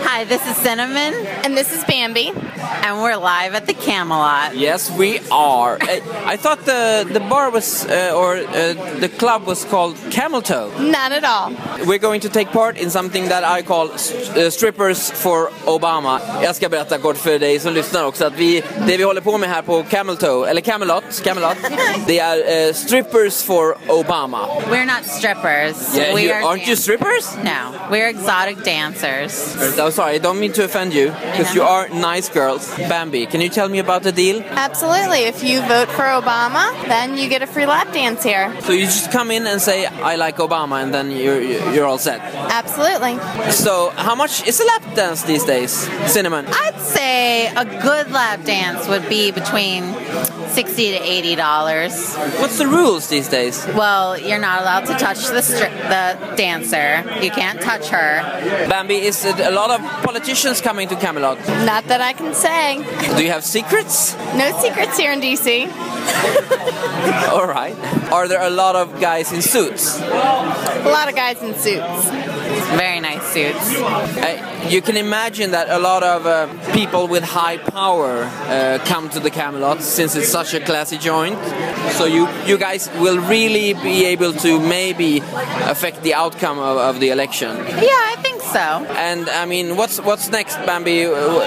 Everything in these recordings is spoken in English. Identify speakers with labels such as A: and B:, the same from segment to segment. A: Hi, this is Cinnamon,
B: And this is Bambi.
A: and we're live at the Camelot.
C: Yes, we are. I, I thought the the bar was uh, or uh, the club was called Camel Toe.
B: Not at all.
C: We're going to take part in something that I call st- eh, strippers for Obama. Jag ska berätta kort för dig som lyssnar också att vi, det vi håller på med här på Camel Toe, eller Camelot, Camelot, det är eh, strippers for Obama.
A: We're not strippers.
C: Yeah,
A: we
C: you-
A: are
C: aren't you
A: dan-
C: strippers?
A: No, we're exotic dancers.
C: I'm sorry, I don't mean to offend you, because you are nice girls. Bambi, can you tell me about the deal?
B: Absolutely. If you vote for Obama, then you get a free lap dance here.
C: So you just come in and say, I like Obama, and then you're, you're all set.
B: Absolutely.
C: So, how much is a lap dance these days, Cinnamon?
A: I'd say a good lap dance would be between sixty to eighty dollars.
C: What's the rules these days?
A: Well, you're not allowed to touch the stri- the dancer. You can't touch her.
C: Bambi, is it a lot of politicians coming to Camelot?
B: Not that I can say.
C: Do you have secrets?
B: No secrets here in DC.
C: All right. Are there a lot of guys in suits?
B: A lot of guys in suits.
A: Very nice suits.
C: Uh, you can imagine that a lot of uh, people with high power uh, come to the Camelot since it's such a classy joint. So you you guys will really be able to maybe affect the outcome of, of the election.
A: Yeah, I think so.
C: And I mean, what's what's next, Bambi? Uh,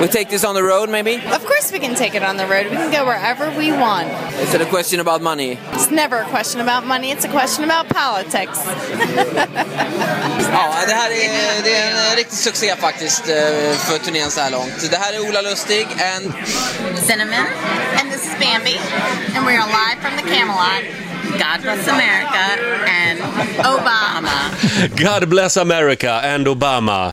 C: We take this on the road, maybe.
B: Of course, we can take it on the road. We can go wherever we want.
C: Is it a question about money?
B: It's never a question about money, it's a question about politics.
C: Ja, det här är, det är en riktig succé faktiskt eh, för turnén så här långt. Det här är Ola Lustig and
A: Cinnamon,
B: And this is Bambi, and we're live from the Camelot.
A: God bless America, and Obama.
D: God bless America and Obama.